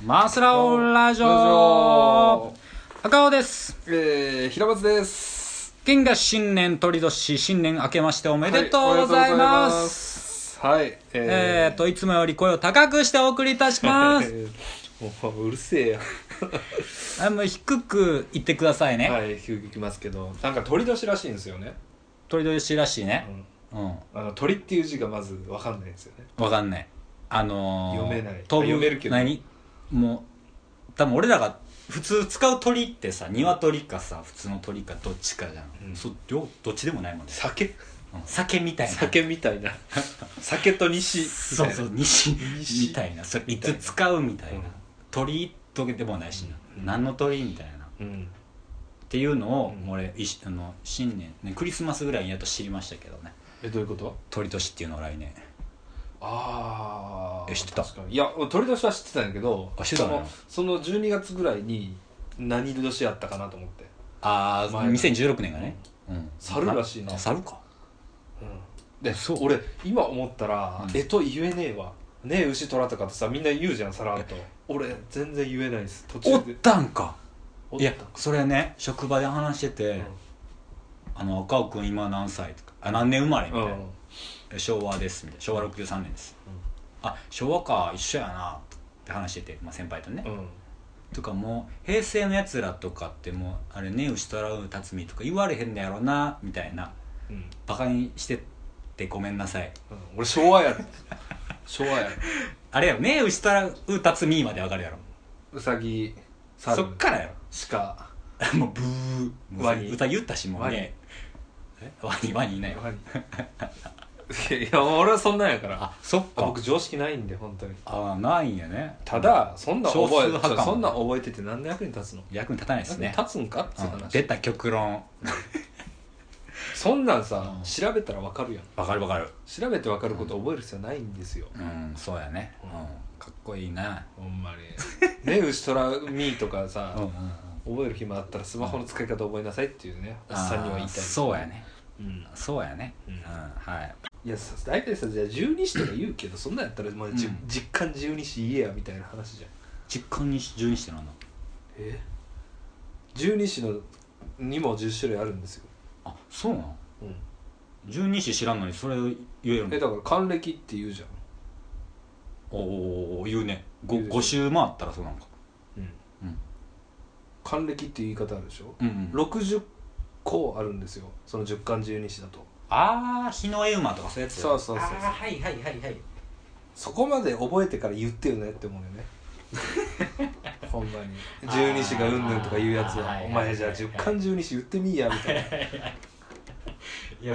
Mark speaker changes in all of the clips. Speaker 1: マスラオラジ
Speaker 2: ラジ
Speaker 1: オ
Speaker 2: オ
Speaker 1: 赤尾です
Speaker 2: えー、平松です。
Speaker 1: 金が新年鳥年新年明けましておめでとうございます,、
Speaker 2: はい。おめでとうございますはい、
Speaker 1: えー、といつもより声を高くしてお送りいたします
Speaker 2: もううるせえや。
Speaker 1: あもう低く言ってくださいね、
Speaker 2: はい、急きますけど、なんか鳥年らしいんですよね。
Speaker 1: 鳥年らしいねうんわ、
Speaker 2: あの鳥っていう字がまずわかんないんですよね。
Speaker 1: かんないあのー、
Speaker 2: 読めない
Speaker 1: 飛ぶ
Speaker 2: あ読めるけど
Speaker 1: 何もう多分俺らが普通使う鳥ってさ鶏かさ普通の鳥かどっちかじゃん、
Speaker 2: うん
Speaker 1: そ両どっちでもないもんね、
Speaker 2: 酒
Speaker 1: うん酒みたいな
Speaker 2: 酒みたいな。酒と西。
Speaker 1: そうそう西
Speaker 2: 西
Speaker 1: みたいなそれい
Speaker 2: みたい
Speaker 1: つ
Speaker 2: な
Speaker 1: 使うみたいな、
Speaker 2: うん
Speaker 1: 鳥とけでもないしな、
Speaker 2: うん
Speaker 1: 何の鳥みたいなっ
Speaker 2: う。うん。
Speaker 1: ていうのを、
Speaker 2: うん
Speaker 1: 俺いしあの新年、ね、クリスマスぐらいにやっと知りましたけどね
Speaker 2: え、どういうこと
Speaker 1: 鳥年っていうのを来年
Speaker 2: ああ
Speaker 1: え知ってた
Speaker 2: 確かにいや鳥年は知ってたんやけど
Speaker 1: あ知ってたのよ
Speaker 2: そのその12月ぐらいに何年やったかなと思って、
Speaker 1: ああ
Speaker 2: 前の
Speaker 1: 2016年がね、うん、
Speaker 2: 猿らしいな
Speaker 1: あ猿か
Speaker 2: うん、で
Speaker 1: そう
Speaker 2: 俺今思ったら、
Speaker 1: うん
Speaker 2: えと言えねえわねえ牛虎とかってさみんな言うじゃんさらっと俺全然言えないです途
Speaker 1: お
Speaker 2: 中
Speaker 1: っ
Speaker 2: で
Speaker 1: たんか
Speaker 2: お
Speaker 1: いやそれね職場で話してて「あの赤尾君今何歳?」とかあ「何年生まれ?」み
Speaker 2: う
Speaker 1: たい
Speaker 2: ん
Speaker 1: な、え昭和です」みたいな「昭和63年です」あ昭和か一緒やな」って話してて、まあ、先輩とね、
Speaker 2: うんうん
Speaker 1: とかもう平成のやつらとかってもうあれね牛虎辰巳とか言われへんのやろなみたいな
Speaker 2: うん
Speaker 1: バカにしてってごめんなさい
Speaker 2: うん俺昭和や 昭和や
Speaker 1: あれやろね牛虎辰巳までわかるやろ
Speaker 2: うさぎ猿
Speaker 1: そっからや
Speaker 2: 鹿
Speaker 1: ろ もうブーもう
Speaker 2: ワニ
Speaker 1: 歌言ったしもうねえワニワニいないわ
Speaker 2: ワニい や俺はそんなんやから
Speaker 1: あそっ
Speaker 2: あ
Speaker 1: か
Speaker 2: 僕常識ないんで本当に
Speaker 1: あないんやね
Speaker 2: ただそんなん
Speaker 1: 少数
Speaker 2: 覚え
Speaker 1: 派か
Speaker 2: そんなん覚えてて何の役に立つの
Speaker 1: 役に立たないですね
Speaker 2: 役に立つんかっつう
Speaker 1: うん
Speaker 2: 話、
Speaker 1: 出た極論
Speaker 2: そんなんさ、
Speaker 1: うん
Speaker 2: 調べたらわかるやん
Speaker 1: わかるわかる
Speaker 2: 調べてわかること覚える必要ないんですよ、
Speaker 1: うんそうやね、う
Speaker 2: うん
Speaker 1: ん、かっこいいな
Speaker 2: ほんまに ね牛トラミーとかさ、
Speaker 1: うんうん
Speaker 2: 覚える暇あったらスマホの使い方覚えなさいっていうねおっさんには言いたい
Speaker 1: あーそうやね
Speaker 2: うん
Speaker 1: そうやね
Speaker 2: うん
Speaker 1: うん、はい
Speaker 2: いやさ大体さじゃあ十二支とか言うけどそんなんやったら、まあじ
Speaker 1: うん
Speaker 2: 実感十二支言えやみたいな話じゃん
Speaker 1: 実感に十二してなんだ
Speaker 2: え十二支のにも10種類あるんですよ、
Speaker 1: あそうなの
Speaker 2: うん、
Speaker 1: 十二支知らんのにそれ言える
Speaker 2: え
Speaker 1: の
Speaker 2: だから還暦って言うじゃん
Speaker 1: おおお言うねご
Speaker 2: 言うでしょ
Speaker 1: 五周回ったらそうなんかうん
Speaker 2: 還暦っていう言い方あるでしょ、
Speaker 1: うん、うん、
Speaker 2: 60個あるんですよその十巻十二支だと
Speaker 1: ああ日の絵馬とかそういうやつ
Speaker 2: そうそうそうそう
Speaker 1: あーはいはいはいはい
Speaker 2: そこまで覚えてから言ってよねって思うよねほんまに十二支がうんぬんとか言うや
Speaker 1: あ
Speaker 2: つ
Speaker 1: ーはいはい
Speaker 2: は
Speaker 1: はい
Speaker 2: お前じゃあ十巻十二支言ってみいやみたいな
Speaker 1: いや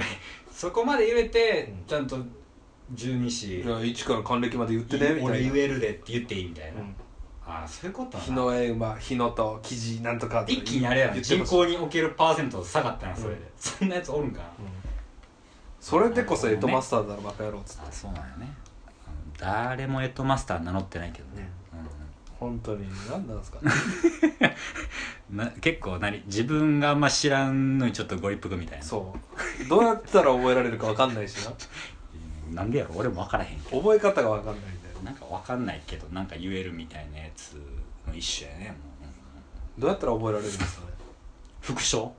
Speaker 1: そこまで言えて
Speaker 2: うん
Speaker 1: ちゃんと十二支
Speaker 2: じゃあ一から還暦まで言ってねみたいな、
Speaker 1: えるでって言っていいみたいうああそういうこと
Speaker 2: ん、
Speaker 1: な
Speaker 2: 日の絵馬日のと生地なんとかとか
Speaker 1: 一気にあれやな
Speaker 2: 言って
Speaker 1: 人
Speaker 2: ほしい
Speaker 1: 口におけるパーセント下がったなそれで、
Speaker 2: う
Speaker 1: そんなやつおるんかな
Speaker 2: それでこそエトマスターだろバカ野郎っつって
Speaker 1: あそうなんやねあの誰もエトマスター名乗ってないけどね、うんうん
Speaker 2: 本当に何なんですか
Speaker 1: な結構なに自分があんま知らんのにちょっとご立腹みたいな
Speaker 2: そうどうやったら覚えられるか分かんないし
Speaker 1: な
Speaker 2: な
Speaker 1: んでやろ俺も分からへんけ
Speaker 2: 覚え方が分かんないんだよ
Speaker 1: どなんか分かんないけどなんか言えるみたいなやつの一種やねもう
Speaker 2: どうやったら覚えられるんですかね
Speaker 1: 副賞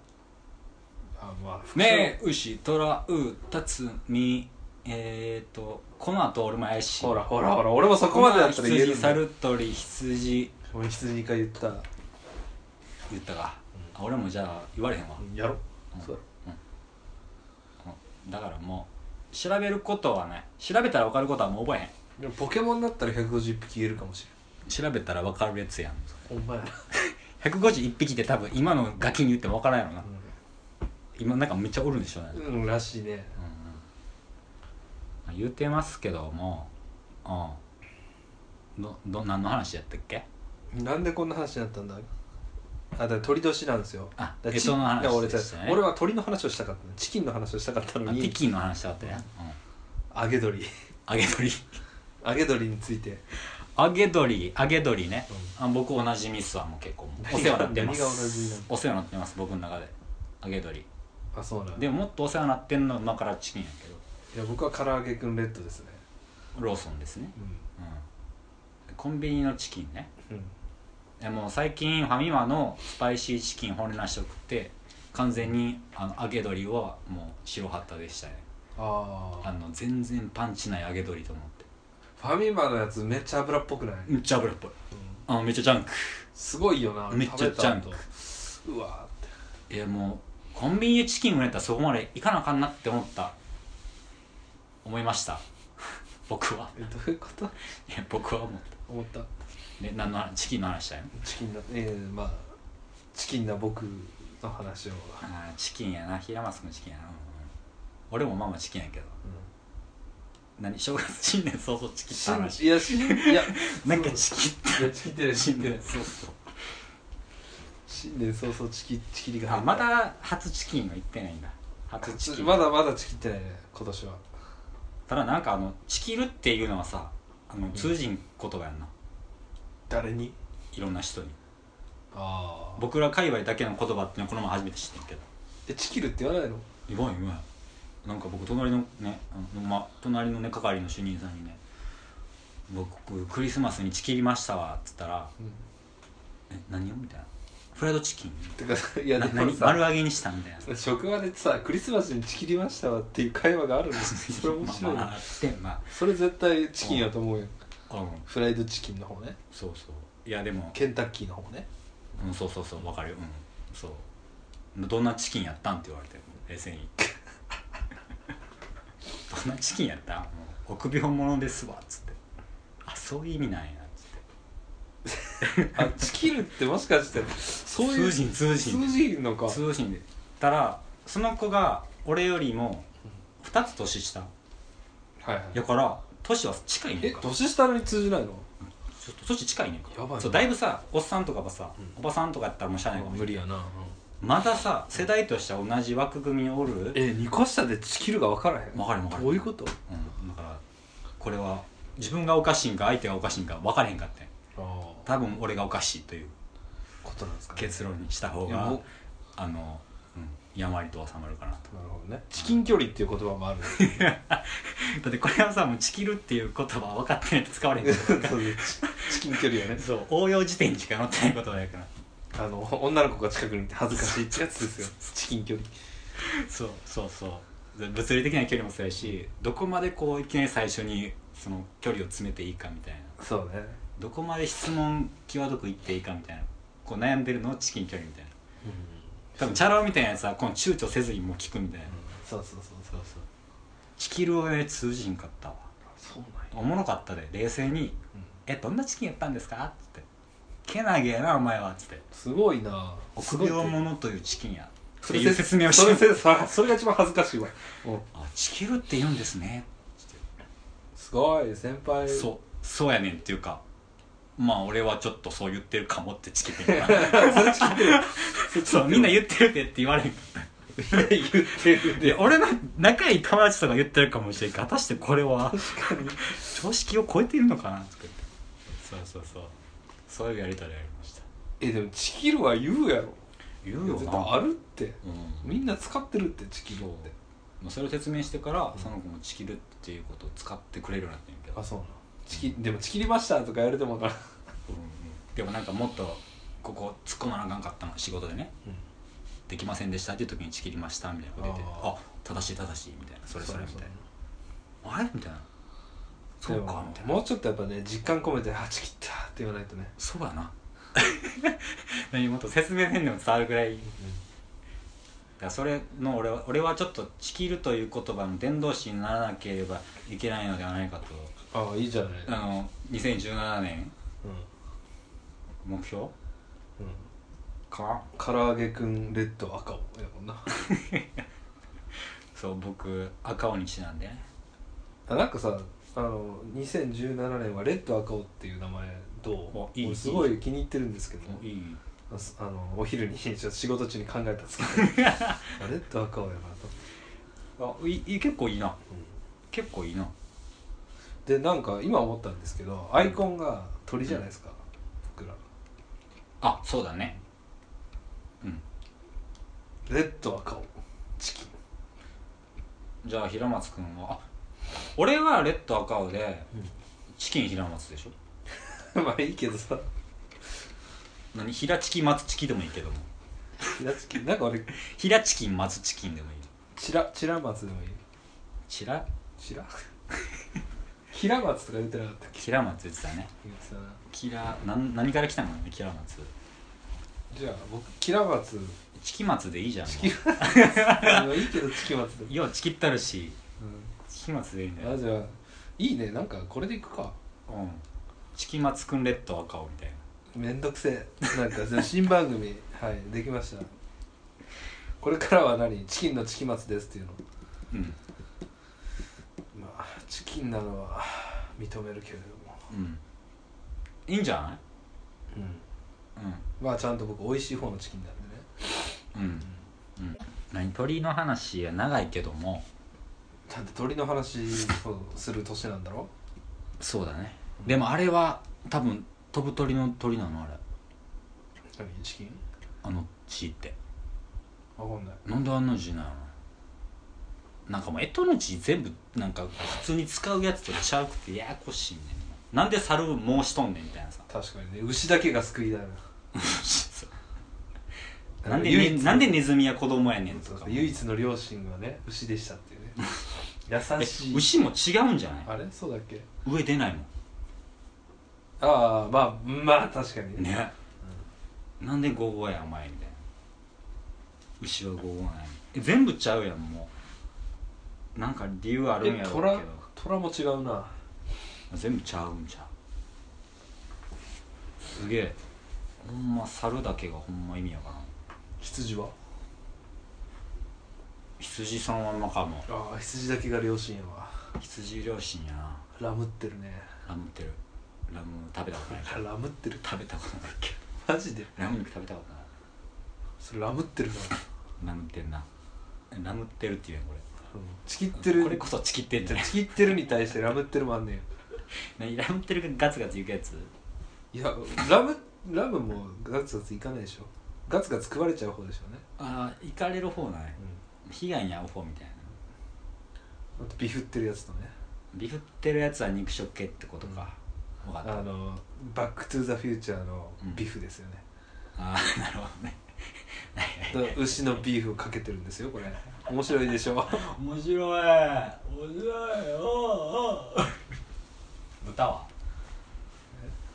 Speaker 2: あまあ副賞
Speaker 1: ねえ牛虎うたつみえっ、ー、とこの後俺も怪しい
Speaker 2: ほらほらほら俺もそこまでだったら言える
Speaker 1: 羊
Speaker 2: んだよ
Speaker 1: 猿鳥羊
Speaker 2: 俺羊か言った
Speaker 1: 言ったか、あ俺もじゃあ言われへんわ、
Speaker 2: やろ
Speaker 1: うん
Speaker 2: そう
Speaker 1: だからもう調べることはね調べたら分かることはもう覚えへん
Speaker 2: でもポケモンだったら150匹いるかもし
Speaker 1: 調べたら分かるやつやん
Speaker 2: れんお前ら
Speaker 1: 151匹って多分今のガキに言っても分からんやろな、今なんかめっちゃおるんでしょうね、うんうん
Speaker 2: うんらしいね
Speaker 1: まあ言うてますけどもうんどど何の話やったっけ
Speaker 2: なんでこんな話になったんだあだから鳥年なんですよ
Speaker 1: あ
Speaker 2: だから
Speaker 1: 干支の話
Speaker 2: だから俺さ
Speaker 1: でしたね
Speaker 2: 俺は鳥の話をしたかったのチキンの話をしたかったの
Speaker 1: あ
Speaker 2: に
Speaker 1: ピキンの話だったやん、うん、
Speaker 2: 揚げ鳥
Speaker 1: 揚げ鶏
Speaker 2: 揚げ鳥について
Speaker 1: 揚げ鶏揚げ鶏ね、あ僕おなじみっすわもう結構お世話になってま
Speaker 2: 何が同じ
Speaker 1: す
Speaker 2: なの
Speaker 1: お世話になってます僕の中で揚げ鶏
Speaker 2: あそうなんだ
Speaker 1: でももっとお世話になってんのは今からチキンやけど
Speaker 2: いや僕は唐揚げくんレッドですね
Speaker 1: ローソンですね、
Speaker 2: うん
Speaker 1: うん、コンビニのチキンね
Speaker 2: うん
Speaker 1: でも最近ファミマのスパイシーチキン骨なしと食って完全にあの揚げ鶏はもう白旗でしたね
Speaker 2: あ
Speaker 1: あ
Speaker 2: あ
Speaker 1: の全然パンチない揚げ鶏と思って
Speaker 2: ファミマのやつめっちゃ油っぽくない、
Speaker 1: めっちゃ油っぽいあのめっちゃジャンク
Speaker 2: すごいよな
Speaker 1: めっちゃジャンク
Speaker 2: 食べた後うわーって
Speaker 1: いやもうコンビニでチキン売れたらそこまでいかなあかんなって思った思いました 僕は
Speaker 2: えどういうこと
Speaker 1: いや僕は思っ
Speaker 2: 思った
Speaker 1: たで何の話チキンの話したよ
Speaker 2: チキンなええまあチキンな僕の話を、
Speaker 1: あーチキンやな平松のチキンやな、うんうん俺もまあまあチキンやけど
Speaker 2: う
Speaker 1: 何正月新年早々チキン
Speaker 2: ん、
Speaker 1: っ
Speaker 2: し
Speaker 1: て
Speaker 2: ん
Speaker 1: 話
Speaker 2: いやしんいや
Speaker 1: なんかチキン
Speaker 2: いやチキってる
Speaker 1: 新年早々
Speaker 2: 新年早々チキチキリが入
Speaker 1: あ
Speaker 2: った
Speaker 1: まだ初チキンは行ってないんだ初チキン
Speaker 2: まだまだチキってないね今年は
Speaker 1: ただなんかあのチキるっていうのはさあの通じん言葉やんな、
Speaker 2: 誰に
Speaker 1: いろんな人に
Speaker 2: ああ
Speaker 1: 僕ら界隈だけの言葉っていうのはこの前初めて知ってんけど
Speaker 2: えチキるって言わないの
Speaker 1: いわんいわんなんか僕隣のねあの、ま、隣のね係の主任さんにね「僕クリスマスにチキりましたわ」っつったら
Speaker 2: うん
Speaker 1: 「え何を?」みたいな「フライドチキン?」
Speaker 2: て かいや
Speaker 1: な
Speaker 2: でも
Speaker 1: 何
Speaker 2: さ
Speaker 1: 丸揚げにしたみたいな
Speaker 2: 職場でさクリスマスにチキりましたわっていう会話があ るんですそれ面白い、
Speaker 1: まあまああってまあ
Speaker 2: それ絶対チキンやと思うよ
Speaker 1: うん
Speaker 2: フライドチキンの方ね
Speaker 1: そうそういやでも
Speaker 2: ケンタッキーの方ね
Speaker 1: うんそうそうそうわかるようんそうどんなチキンやったんって言われて冷静に どんなチキンやったんもう臆病者ですわっつってあそういう意味なんやっつって
Speaker 2: あチキるってもしかしてそういう
Speaker 1: 通じん通じん
Speaker 2: 通じんのか
Speaker 1: 通信でたらその子が俺よりも2つ年下
Speaker 2: はいはい
Speaker 1: やから年は近いね
Speaker 2: え
Speaker 1: んか
Speaker 2: 年下に通じないの
Speaker 1: ちょっと年近いねんか
Speaker 2: やばいな
Speaker 1: そうだいぶさおっさんとかはさ、
Speaker 2: うん
Speaker 1: おばさんとかやったらもうしゃあないかもしれない
Speaker 2: やな、
Speaker 1: まださ世代としては同じ枠組みにおる
Speaker 2: え2個下でチキるが分からへん
Speaker 1: わかるわかる
Speaker 2: どういうこと
Speaker 1: うん、だからこれは自分がおかしいんか相手がおかしいんか分からへんかってん
Speaker 2: ああ
Speaker 1: 多分俺がおかしいという
Speaker 2: ことなんですか、
Speaker 1: 結論にした方
Speaker 2: いやも
Speaker 1: が
Speaker 2: う
Speaker 1: あの、うん、やまりと収まるかなと
Speaker 2: なるほどねチキン距離っていう言葉もあ る
Speaker 1: だってこれはさもうチキるっていう言葉は分かってないと使わ れへんか
Speaker 2: そうそうチチキン距離はね
Speaker 1: らそう応用辞典にしか載ってない言葉やから
Speaker 2: あの女の子が近くにいて恥ずかしいってやつですよチキン距離
Speaker 1: そうそうそうで物理的な距離もそうやしどこまでこういきなり最初にその距離を詰めていいかみたいな
Speaker 2: そうね
Speaker 1: どこまで質問際どくいっていいかみたいなこう悩んでるのをチキン距離みたいな多分チャラ男みたいなやつはこの躊躇せずにもう聞くみたいな、
Speaker 2: そうそうそう
Speaker 1: そうそうチキルはね通じんかったわ
Speaker 2: そうなんや、
Speaker 1: おもろかったで冷静に「えどんなチキンやったんですか?」っつって「けなげやなお前は」っつって
Speaker 2: すごいな
Speaker 1: 「臆病者というチキンや」っ
Speaker 2: そ
Speaker 1: て
Speaker 2: れ
Speaker 1: いう説明をして
Speaker 2: それそれそれが一番恥ずかしいわうん
Speaker 1: あチキルって言うんですね」
Speaker 2: すごい先輩
Speaker 1: そうそうやねんっていうかまあ俺はちょっとそう言ってるかもってチキンやな そうみんな言ってるでって言われん
Speaker 2: 言ってる
Speaker 1: で俺の仲いい友達とか言ってるかもしれんけど果たしてこれは
Speaker 2: 確かに
Speaker 1: 常識を超えているのかなとか言ってそうそうそうそういうやり取りありました
Speaker 2: えでもチキルは言うやろ
Speaker 1: 言うよ
Speaker 2: 絶対
Speaker 1: な
Speaker 2: あるって
Speaker 1: うん
Speaker 2: みんな使ってるってチキルっ
Speaker 1: そう
Speaker 2: て
Speaker 1: まあそれを説明してからその子も「チキる」っていうことを使ってくれるようになってんけど、
Speaker 2: あそうなチキでもチキりましたとか言われても
Speaker 1: う
Speaker 2: な
Speaker 1: んうんでもなんかもっとここ突っ込まなあかんかったの仕事でね「できませんでした」っていう時に「チキりました」みたいなこと言って「
Speaker 2: あ
Speaker 1: あ正しい正しい」みたいな「それそれ」みたいな「あれ?」みたいな「そうか」みたいな
Speaker 2: もうちょっとやっぱね実感込めて「あチキった」って言わないとね
Speaker 1: 「そうやな」 何もっと説明せんでも伝わるぐらいだからそれの俺は俺はちょっと「チキる」という言葉の伝道師にならなければいけないのではないかと
Speaker 2: ああいいじゃない
Speaker 1: あの2017年
Speaker 2: うん
Speaker 1: 目標
Speaker 2: うん
Speaker 1: か
Speaker 2: 唐揚げくんレッド赤をやもんな
Speaker 1: そう僕赤鬼ちなんでね
Speaker 2: あなんかさあの2017年はレッド赤尾っていう名前ど
Speaker 1: お
Speaker 2: う
Speaker 1: いい
Speaker 2: 俺すごい気に入ってるんですけど
Speaker 1: もういい
Speaker 2: あすあのお昼にちょっと仕事中に考えたんです けどあレッド赤尾やなと思って、
Speaker 1: あいい結構いいな結構いいな
Speaker 2: でなんか今思ったんですけどアイコンが鳥じゃないですか、僕ら
Speaker 1: あそうだねうん
Speaker 2: レッド赤尾チキン
Speaker 1: じゃあ平松君はあ俺はレッド赤青でチキン平松でしょ
Speaker 2: まあいいけどさ
Speaker 1: 何平チキ松チキでもいいけども
Speaker 2: 平チキなんか俺
Speaker 1: 平チキン松チキンでもいい
Speaker 2: チラチラ松でもいい
Speaker 1: チラ
Speaker 2: チラ 平松とか言ってなかったっけ
Speaker 1: キラ松言ってたね
Speaker 2: 言ってたな
Speaker 1: キラなん何から来たのねキラ松
Speaker 2: じゃあ僕キラ松
Speaker 1: チキ松でいいじゃんもう
Speaker 2: チキ松いいけどチキ松でもいい、
Speaker 1: ようチキったるし
Speaker 2: う
Speaker 1: チキ松でいいんだ
Speaker 2: ん、あ
Speaker 1: よ、
Speaker 2: じゃあいいねなんかこれでいくか
Speaker 1: うん、チキ松くんレッド赤尾みたいな
Speaker 2: めんどくせえなんかじゃあ新番組 はいできましたこれからは何チキンのチキ松ですっていうの
Speaker 1: うん
Speaker 2: まあチキンなのは認めるけれども
Speaker 1: うんいいんじゃな
Speaker 2: うん
Speaker 1: いうん
Speaker 2: まあちゃんと僕美味しい方のチキンなんでね
Speaker 1: うん、うん、何鳥の話は長いけども
Speaker 2: ちゃんと鳥の話をする年なんだろ
Speaker 1: そうだねでもあれは多分飛ぶ鳥の鳥なのあれ
Speaker 2: 何チキン
Speaker 1: あの地って
Speaker 2: わかんない
Speaker 1: なんであんな字なのなんかもう干支の字全部なんか普通に使うやつとちゃうくてややこしいねんなんで猿申しとんねんみたい なさ
Speaker 2: 確かにね牛だけが救いだよな
Speaker 1: なんで、
Speaker 2: 唯
Speaker 1: ね、
Speaker 2: 一
Speaker 1: なんでネズミは子供やねんと
Speaker 2: そうそ
Speaker 1: か
Speaker 2: う唯一の両親はね牛でしたっていう ね優し
Speaker 1: え
Speaker 2: い
Speaker 1: 牛も違うんじゃない
Speaker 2: あれそうだっけ
Speaker 1: 上出ないもん
Speaker 2: ああまあまあ確かにね
Speaker 1: ね、なんでゴーゴーやお前みたいな牛はゴーゴーないえ全部ちゃうやんもうなんか理由あるんやろ
Speaker 2: え
Speaker 1: うけ
Speaker 2: 虎
Speaker 1: ど
Speaker 2: 虎も違うな
Speaker 1: 全部ちゃうんちゃうすげえほんま猿だけがほんま意味やからん
Speaker 2: 羊は
Speaker 1: 羊そのまんまかも
Speaker 2: ああ羊だけが両親やわ
Speaker 1: 羊両親やな
Speaker 2: ラムってるね
Speaker 1: ラムってるラム食べたことないけど
Speaker 2: ラムってる
Speaker 1: 食べたことないけ
Speaker 2: マジで
Speaker 1: どラム肉食べたことない
Speaker 2: それラムってるな、
Speaker 1: ラムってるなラムってるっていうやんこ
Speaker 2: チキって
Speaker 1: れ
Speaker 2: る
Speaker 1: これこそチキってんじゃない
Speaker 2: チキってるに対してラムってるもあんねん
Speaker 1: 何ラムってるがガツガツいくやつ
Speaker 2: いやラムラムもガツガツいかないでしょガツガツ食われちゃう方でしょうね、
Speaker 1: ああ行かれる方ない
Speaker 2: うん
Speaker 1: 被害に遭う方みたいな
Speaker 2: あとビフってるやつとね
Speaker 1: ビフってるやつは肉食系ってことか、分か
Speaker 2: あ
Speaker 1: ったあ
Speaker 2: のバック・トゥ・ザ・フューチャーのビフですよね、
Speaker 1: あーなるほどね はいはい
Speaker 2: だから牛のビーフをかけてるんですよこれ面白いでしょ
Speaker 1: 面白い面白いおお豚は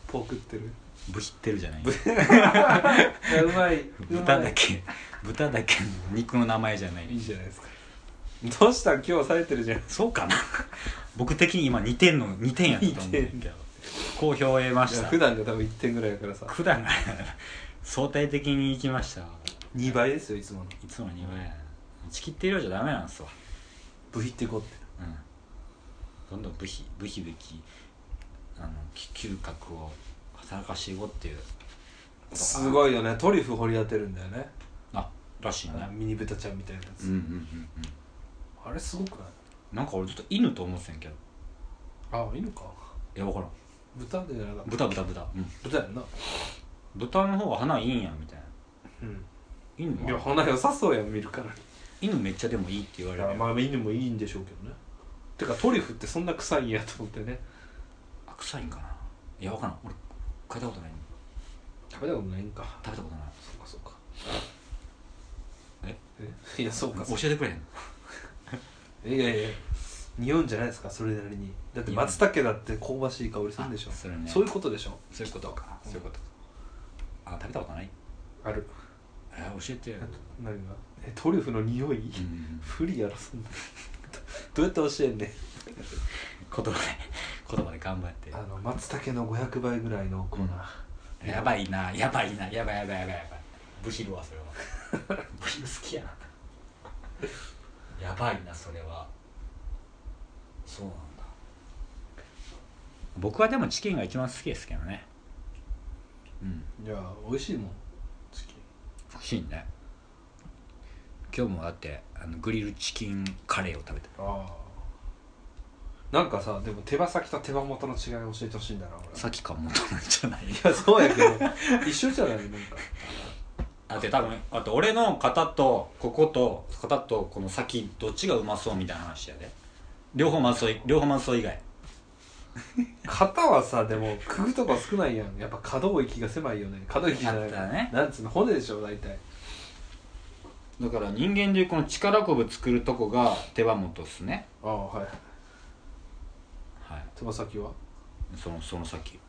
Speaker 2: ポークってる
Speaker 1: ブヒってるじゃない
Speaker 2: いやうまい
Speaker 1: 豚だけ豚だけの肉の名前じゃない
Speaker 2: いいじゃないですかどうしたん今日冴えてるじゃん
Speaker 1: そうか な僕的に今2点の2点やったと思うんだけ
Speaker 2: 二
Speaker 1: ど好評を得ま
Speaker 2: い
Speaker 1: し
Speaker 2: や
Speaker 1: た
Speaker 2: 普段が多分1点ぐらいだからさ
Speaker 1: 普段が相対的に行きました
Speaker 2: 2倍ですよいつもの
Speaker 1: いつも2倍やな打ち切ってるようじゃダメなんですわ
Speaker 2: ブヒってこうって
Speaker 1: うんどんどんブヒブヒブヒあのき嗅覚を働かしていこうっていう
Speaker 2: す
Speaker 1: い
Speaker 2: ごいよねトリュフ掘り当てるんだよね
Speaker 1: あらしい
Speaker 2: あの
Speaker 1: ね
Speaker 2: ミニ豚ちゃんみたいなや
Speaker 1: う
Speaker 2: つ、
Speaker 1: んうんうんうん
Speaker 2: あれすごくない
Speaker 1: なんか俺ずっと犬と思ってたんやけど
Speaker 2: あいいのか
Speaker 1: いや分からん
Speaker 2: 豚じゃなかった
Speaker 1: 豚豚豚うん
Speaker 2: 豚やんな
Speaker 1: 豚の方が花いいんやみたいな
Speaker 2: うん
Speaker 1: 犬
Speaker 2: いや
Speaker 1: も
Speaker 2: 鼻良さそうやん見るから
Speaker 1: 犬めっちゃでもいいって言われる
Speaker 2: まあ犬もいいんでしょうけどねてかトリュフってそんな臭いんやと思ってね
Speaker 1: あ臭いんかないや分からん俺嗅いだことない
Speaker 2: 食べたことないんか
Speaker 1: 食べたことない
Speaker 2: そうかそうか
Speaker 1: え
Speaker 2: えいやそうかそうか
Speaker 1: 教えてくれへんの
Speaker 2: いやいや匂うんじゃないですかそれなりにだって松茸だって香ばしい香りするんでしょ
Speaker 1: あそれね
Speaker 2: そういうことでしょ
Speaker 1: そういうことか
Speaker 2: そういうこと
Speaker 1: あ食べたことない
Speaker 2: ある
Speaker 1: えー、教えてよ、
Speaker 2: 何がえトリュフの匂い、
Speaker 1: うん、
Speaker 2: 不利やろそんな どうやって教えんねん
Speaker 1: 言葉で 言葉で頑張って
Speaker 2: あの松茸の500倍ぐらいのコーナ
Speaker 1: やばいなやばいなやばいやばいやばいやばいブヒルはそれは ブヒル好きやなやばいなそれはそうなんだ僕はでもチキンが一番好きですけどねうん
Speaker 2: ーいや美味しいもんチキン
Speaker 1: 美味しいね今日もだってあのグリルチキンカレーを食べた
Speaker 2: ああなんかさでも手羽先と手羽元の違い教えてほしいんだな俺
Speaker 1: さっきかもとなんじゃない
Speaker 2: いやそうやけど一緒じゃないなんか
Speaker 1: だって多分あと俺の型とここと型とこの先どっちがうまそうみたいな話やで両方まそうい両方まそう以外
Speaker 2: 肩はさでもくぐとこ少ないやんやっぱ可動域が狭いよね可動域じゃな
Speaker 1: あ
Speaker 2: い
Speaker 1: ったね
Speaker 2: なんつうの骨でしょ大体
Speaker 1: だから人間でいうこの力こぶ作るとこが手羽元っすね
Speaker 2: ああはい
Speaker 1: はい
Speaker 2: 手羽先は
Speaker 1: そのその 先い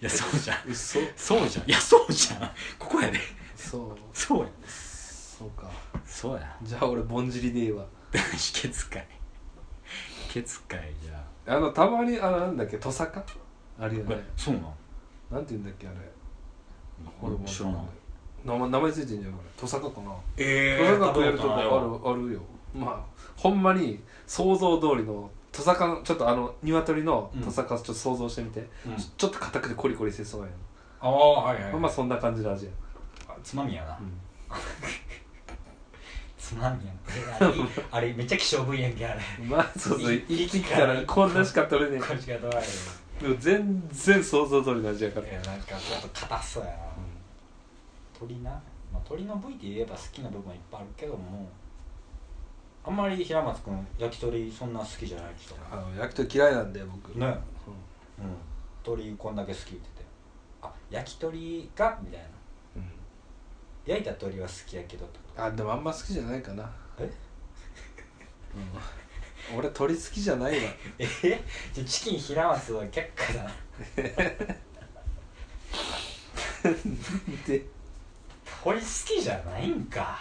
Speaker 1: やそうじゃん
Speaker 2: うっそ
Speaker 1: そうじゃんいやそうじゃんここやで
Speaker 2: そう
Speaker 1: そうや
Speaker 2: そうか
Speaker 1: そうや
Speaker 2: じゃあ俺ぼんじりでいいわ
Speaker 1: 秘訣かい秘訣かいじゃ
Speaker 2: あのたまにあのなんだっけトサカあるよ
Speaker 1: あこれ
Speaker 2: ね
Speaker 1: そうなん
Speaker 2: なんて言うんだっけあれ
Speaker 1: 俺も
Speaker 2: も
Speaker 1: 知らない
Speaker 2: 名前名前ついてんじゃんこれトサカかな
Speaker 1: え
Speaker 2: トサカとやるとこあるあるよまあほんまに想像通りのトサカのちょっとあの鶏のトサカちょっと想像してみて、
Speaker 1: うん
Speaker 2: ちょちょっと硬くてコリコリしてそうやん、
Speaker 1: ああはいはい、
Speaker 2: まあまあそんな感じの味や、
Speaker 1: つまみやな、
Speaker 2: ん、
Speaker 1: つまみやなあれあれめっちゃ希少部位やんけあれ
Speaker 2: まあそうそう
Speaker 1: い
Speaker 2: 生きたらこんなしか取れね
Speaker 1: こっちがどうや
Speaker 2: えでも全然想像通りの味やから、
Speaker 1: いやなんかちょっと硬そうやな鳥な、まあ、鳥の部位で言えば好きな部分はいっぱいあるけどもあんまり平松君焼き鳥そんな好きじゃない人
Speaker 2: あの焼き鳥嫌いなんで僕
Speaker 1: ね
Speaker 2: うん
Speaker 1: うん鳥こんだけ好きって言っててあ焼き鳥がみたいな
Speaker 2: うん
Speaker 1: 焼いた鳥は好きやけどってこと
Speaker 2: あでもあんま好きじゃないかな
Speaker 1: え
Speaker 2: うん俺鳥好きじゃないわ
Speaker 1: えじゃあチキン平松は却下 だな
Speaker 2: で
Speaker 1: 鳥好きじゃないんか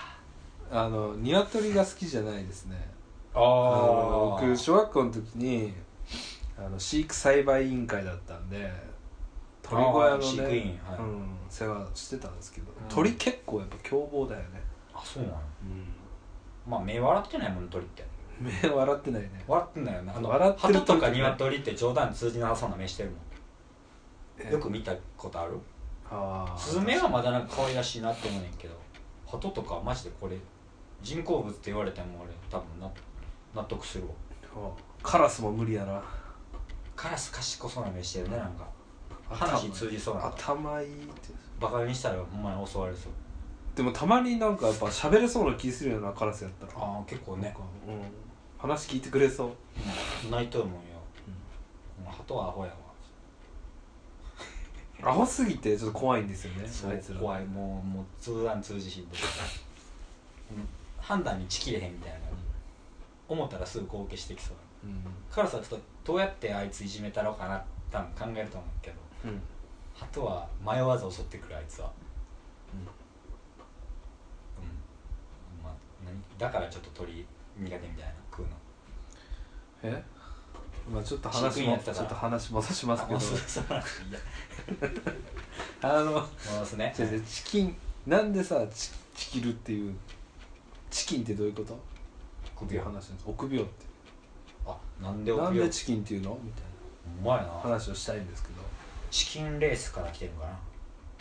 Speaker 2: あの鶏が好きじゃないですね
Speaker 1: あ
Speaker 2: あの
Speaker 1: ー
Speaker 2: 僕小学校の時にあの飼育栽培委員会だったんで鳥小屋の
Speaker 1: あ
Speaker 2: ね
Speaker 1: ー飼育員はい
Speaker 2: うん、世話してたんですけど、
Speaker 1: うん
Speaker 2: 鳥結構やっぱ凶暴だよね、
Speaker 1: あそうなのまあ目笑ってないもん鳥って
Speaker 2: 目笑ってないね
Speaker 1: 笑ってんだよなあの
Speaker 2: 笑ってる鳥
Speaker 1: 鳩とか鶏って冗談通じなさそうな目してるもんよく見たことある
Speaker 2: ああ
Speaker 1: スズメはまだなんか可愛らしいなって思うねんけど鳩とかマジでこれ人工物って言われても俺多分な納得するわ
Speaker 2: カラスも無理やな
Speaker 1: カラス賢そうな目してるねなんか
Speaker 2: 頭
Speaker 1: 話通じそうな
Speaker 2: 頭いいって
Speaker 1: バカにしたらほんまに襲われそう
Speaker 2: でもたまになんかやっぱ喋れそうな気するよなカラスやったら
Speaker 1: ああ結構
Speaker 2: なん
Speaker 1: ね
Speaker 2: かうん話聞いてくれそう
Speaker 1: ないと思うよ、うん、鳩はアホやわ
Speaker 2: アホすぎてちょっと怖いんですよね
Speaker 1: そ
Speaker 2: あ
Speaker 1: う
Speaker 2: いつら
Speaker 1: 怖いもうもう通談通じひんとか うん判断にちきれへんみたいな思ったらすぐ後継してきそう
Speaker 2: うん
Speaker 1: カラスはちょっとどうやってあいついじめたろうかな多分考えると思うけど
Speaker 2: うん
Speaker 1: 鳩は迷わず襲ってくるあいつは
Speaker 2: うん
Speaker 1: うんまあ何だからちょっと鳥苦手みたいな食うの
Speaker 2: えまあちょっと
Speaker 1: 飼育
Speaker 2: 話
Speaker 1: 員や
Speaker 2: も
Speaker 1: って
Speaker 2: ち
Speaker 1: たか
Speaker 2: ょ
Speaker 1: ら
Speaker 2: っと話戻しますけど
Speaker 1: あ戻すそうなんですいや
Speaker 2: あの
Speaker 1: 戻すね
Speaker 2: 違う違うチキンなんでさチチキルっていうチキンってどういうことって
Speaker 1: 首
Speaker 2: いう
Speaker 1: を
Speaker 2: 話なんです臆病って
Speaker 1: あなんで
Speaker 2: なん
Speaker 1: 臆
Speaker 2: で
Speaker 1: 病
Speaker 2: チキンっていうのみたい
Speaker 1: お前
Speaker 2: な
Speaker 1: な
Speaker 2: 話をしたいんですけど
Speaker 1: チキンレースから来てるのか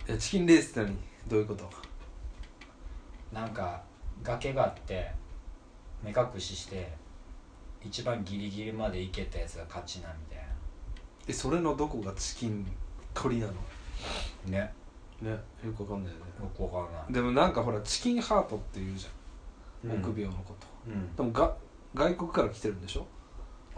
Speaker 2: えチキンレースって何どういうこと
Speaker 1: ななんか崖があって目隠しして一番ギリギリまで行けたやつが勝ちなみたい
Speaker 2: えそれのどこがチキン鳥なの
Speaker 1: なね
Speaker 2: ねよくわかんないよね
Speaker 1: よくわからない
Speaker 2: でもなんかほらチキンハートっていうじゃん、臆病のこと
Speaker 1: うん
Speaker 2: でもが外国から来てるんでしょ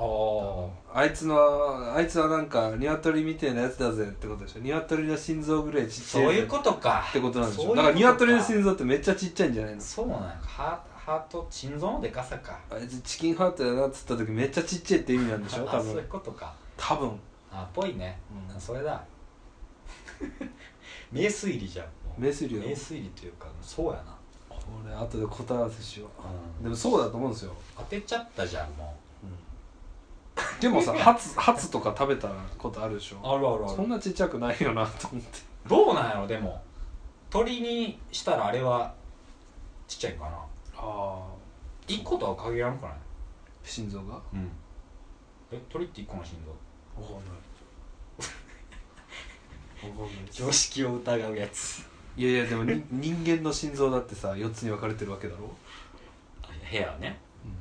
Speaker 1: ああ
Speaker 2: あいつのあいつはなんか鶏みたいなやつだぜってことでしょ鶏の心臓ぐらいちっち
Speaker 1: そ
Speaker 2: ゃい
Speaker 1: い
Speaker 2: う
Speaker 1: うことか
Speaker 2: ってことなんでしょ
Speaker 1: そういう
Speaker 2: だから鶏の
Speaker 1: 臓
Speaker 2: 心臓ってめっちゃちっちゃいんじゃないの
Speaker 1: そうなんやハーハート心臓のでかさか
Speaker 2: あいつチキンハートやなっつった時めっちゃちっちゃいって意味なんでしょ
Speaker 1: あ
Speaker 2: 多
Speaker 1: そういう
Speaker 2: 分
Speaker 1: ことか
Speaker 2: 多分
Speaker 1: あっぽいね、
Speaker 2: うん
Speaker 1: それだ 名推理じゃんもう
Speaker 2: 名推理よ
Speaker 1: 名推理というかそうやな、
Speaker 2: これ後で答え合わせしよう
Speaker 1: うん
Speaker 2: でもそうだと思うんですよ、
Speaker 1: 当てちゃったじゃんも
Speaker 2: でも さハツハツとか食べたことあるでし
Speaker 1: う
Speaker 2: ょ
Speaker 1: あるあるあ
Speaker 2: そん
Speaker 1: る
Speaker 2: なちっちゃくないよなと思って
Speaker 1: どうなんやろでも鳥にしたらあれはちっちゃいんかな
Speaker 2: ああ
Speaker 1: 1個とは限らんくない
Speaker 2: 心臓がわ
Speaker 1: うんえ鳥って1個の心臓
Speaker 2: かんないわかんないです
Speaker 1: 常識を疑うやつ
Speaker 2: いやいやでもに人間の心臓だってさ4つに分かれてるわけだ
Speaker 1: 部
Speaker 2: ろ、
Speaker 1: 屋ね、うん、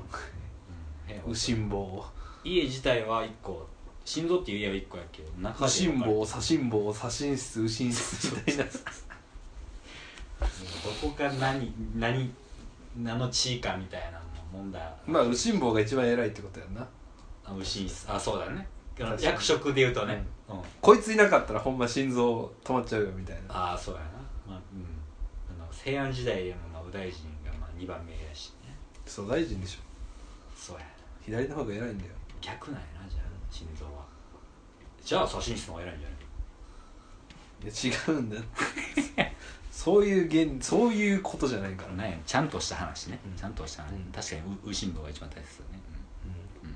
Speaker 1: 部屋
Speaker 2: 右心房
Speaker 1: 家自体は1個心臓っていう家は1個やけど中
Speaker 2: 右
Speaker 1: で分かれて
Speaker 2: 心房左心房左心室右心室みたいな
Speaker 1: どこが何何何の地位かみたいな問題ある
Speaker 2: まあ右心房が一番偉いってことやんな
Speaker 1: ああ美味しいっすあそうだね
Speaker 2: 確かに
Speaker 1: 役職で言うとね、うん
Speaker 2: こいついなかったらほんま心臓止まっちゃうよみたいな
Speaker 1: ああそうやな、まあうん、あの西安時代でもまあ右大臣がまあ2番目やしね
Speaker 2: そう大臣でしょ
Speaker 1: そうや
Speaker 2: 左の方が偉いんだよ
Speaker 1: 逆なんやなじゃあ心臓はじゃあ左心室の方が偉いんじゃない
Speaker 2: いや違うんだよそういう現そういうことじゃないからね、
Speaker 1: ね、ちゃんとした話ね、
Speaker 2: うん
Speaker 1: ちゃんとした話、
Speaker 2: うん
Speaker 1: 確かに右心房が一番大切だね、
Speaker 2: うん、
Speaker 1: うん、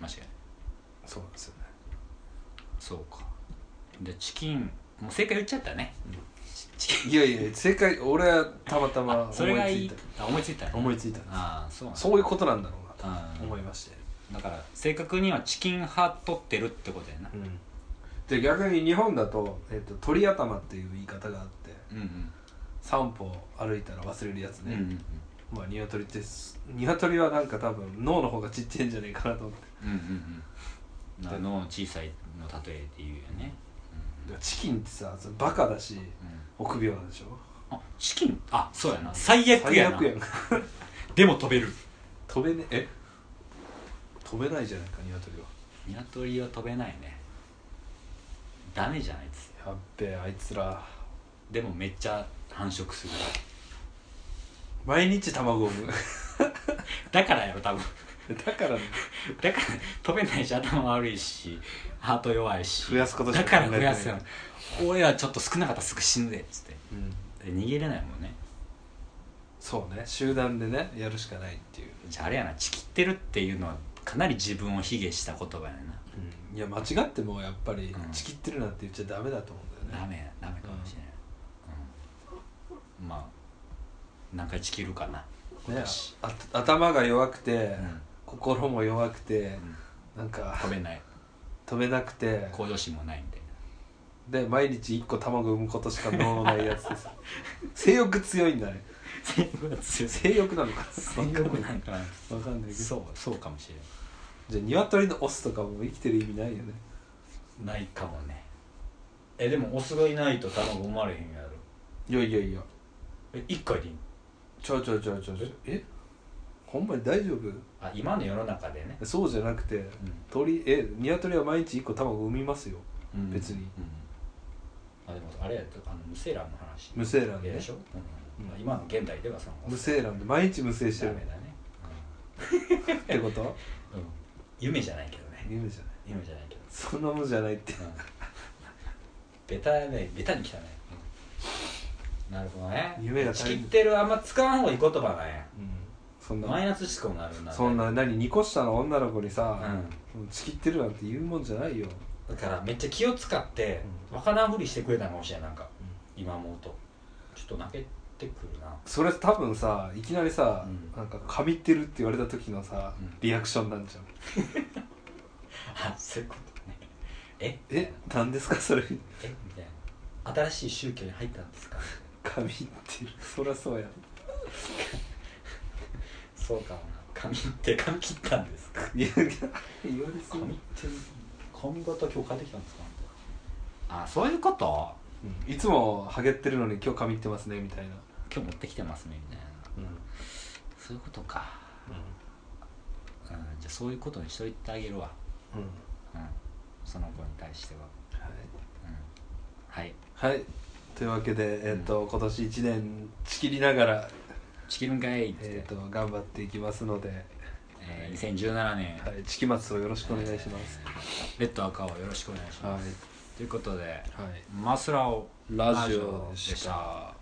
Speaker 1: 間違いない
Speaker 2: そうなんですよね
Speaker 1: そうかでチキンもう正解言っちゃったね、
Speaker 2: うん
Speaker 1: チチキン
Speaker 2: いやいや正解俺はたまたま
Speaker 1: あ
Speaker 2: 思いつ
Speaker 1: それがい
Speaker 2: い
Speaker 1: い
Speaker 2: た
Speaker 1: あ思いついた
Speaker 2: 思いついたんです
Speaker 1: ああそうなんだ
Speaker 2: そういうことなんだろうなと
Speaker 1: あー
Speaker 2: 思いまして、
Speaker 1: だから正確にはチキン派取ってるってことやな
Speaker 2: うん、で逆に日本だと,、えっと鳥頭っていう言い方があって
Speaker 1: うんうん
Speaker 2: 散歩歩いたら忘れるやつ
Speaker 1: うん
Speaker 2: ね、
Speaker 1: うん
Speaker 2: まあ鶏ってす鶏はなんか多分脳の方がちっちゃいんじゃないかなと思って
Speaker 1: うんうんうんあの小さいの例えっていうよね、うんうん
Speaker 2: チキンってさそのバカだし
Speaker 1: うん
Speaker 2: 臆病なんでしょ
Speaker 1: あチキンあそうやな最悪やな
Speaker 2: 最悪やん
Speaker 1: でも飛べる
Speaker 2: 飛べねえ飛べないじゃないか鶏は
Speaker 1: 鶏は飛べないねダメじゃないです
Speaker 2: やっべえあいつら
Speaker 1: でもめっちゃ繁殖する
Speaker 2: 毎日卵を 産む
Speaker 1: だからやろ多分
Speaker 2: だからね
Speaker 1: だから飛べないし頭悪いしハート弱いし
Speaker 2: 増やすことし
Speaker 1: だ
Speaker 2: か
Speaker 1: か
Speaker 2: 考え
Speaker 1: ら
Speaker 2: て
Speaker 1: 増
Speaker 2: ない
Speaker 1: やすよ俺らちょっと少なかったらすぐ死ぬでっつって
Speaker 2: うん
Speaker 1: で逃げれないもんね
Speaker 2: そうね集団でねやるしかないっていう、
Speaker 1: じゃああれやなちきってるっていうのはかなり自分を卑下した言葉や
Speaker 2: うん、いや間違ってもやっぱり
Speaker 1: うん
Speaker 2: ちきってるなんて言っちゃダメだと思うんだ
Speaker 1: な
Speaker 2: よ
Speaker 1: ダ
Speaker 2: ね
Speaker 1: メやダメかもしれない、うんまあ何回ちきるかな今
Speaker 2: ね
Speaker 1: 年、
Speaker 2: ああ頭が弱くて、
Speaker 1: うん
Speaker 2: 心も弱くて
Speaker 1: うん
Speaker 2: なんか
Speaker 1: 飛べない
Speaker 2: 飛べなくて
Speaker 1: 向上心もないみたいな
Speaker 2: で毎日1個卵産むことしか能のないやつです 性欲強いんだね
Speaker 1: 性欲が強い
Speaker 2: 性欲なのか
Speaker 1: 性欲なんかな
Speaker 2: わかんないけど
Speaker 1: そうそうかもしれ
Speaker 2: じゃあ鶏のオスとかも生きてる意味ないよね
Speaker 1: ないないかもねえでもオスがいないと卵生まれへんやろ
Speaker 2: いやいやいや
Speaker 1: え一回でいいの
Speaker 2: ちょちょちょちょちょえほんまに大丈夫
Speaker 1: あ今の世の中でね、
Speaker 2: そうじゃなくて鳥え鶏は毎日1個卵産みますよ
Speaker 1: うん
Speaker 2: 別に
Speaker 1: あでもあれやとあの無精卵の話
Speaker 2: 無精卵
Speaker 1: で
Speaker 2: でね
Speaker 1: しょ、うん
Speaker 2: うん
Speaker 1: 今の現代ではその
Speaker 2: 無精卵で毎日無精して
Speaker 1: ダ
Speaker 2: る
Speaker 1: メだね、
Speaker 2: ってこと
Speaker 1: うんうん夢じゃないけどね
Speaker 2: 夢じゃない
Speaker 1: 夢じゃないけど、
Speaker 2: そんなもんじゃないって
Speaker 1: うん、ベタやねベタに汚い、うん、なるほどね
Speaker 2: 夢が
Speaker 1: 仕
Speaker 2: 足り
Speaker 1: 切
Speaker 2: ん
Speaker 1: ってるあんま使わん方がいい言葉なんや
Speaker 2: うんそん
Speaker 1: マイ
Speaker 2: な
Speaker 1: ナス思考になるな
Speaker 2: そんな何2個下の女の子に
Speaker 1: う
Speaker 2: さ
Speaker 1: ん
Speaker 2: ちきってるなんて言うもんじゃないよ
Speaker 1: だからめっちゃ気を使ってわからんふりしてくれたのかもしれないなんか今思うとちょっと泣けてくるな
Speaker 2: それ多分さいきなりさ、
Speaker 1: うん
Speaker 2: なんか「神ってる」って言われた時のさ、
Speaker 1: うん
Speaker 2: リアクションなんじゃん
Speaker 1: あそういうことねえ
Speaker 2: え何ですかそれ
Speaker 1: えみたいな新しい宗教に入ったんですか
Speaker 2: 神ってるそりゃそうや
Speaker 1: そうかもな髪って髪切ったんですか
Speaker 2: いやいや言われそう、
Speaker 1: 髪って髪型今日変えてきたんですかあそういうこと
Speaker 2: うんいつもハゲってるのに今日神ってますねみたいな、
Speaker 1: 今日持ってきてますねみたいなそういうことか、うん、じゃあそういうことにしといてあげるわ、
Speaker 2: うん
Speaker 1: うん、その子に対しては、うん、はい
Speaker 2: はい、はい、というわけで、えっと今年1年ちきりながら、
Speaker 1: チキルンガイっつって
Speaker 2: えっと頑張っていきますので、
Speaker 1: えー2017年、
Speaker 2: はい、チキ松をよろしくお願いします、
Speaker 1: レッド赤をよろしくお願いします、
Speaker 2: はい
Speaker 1: ということで
Speaker 2: はい
Speaker 1: マスラオ
Speaker 2: ラジオでした。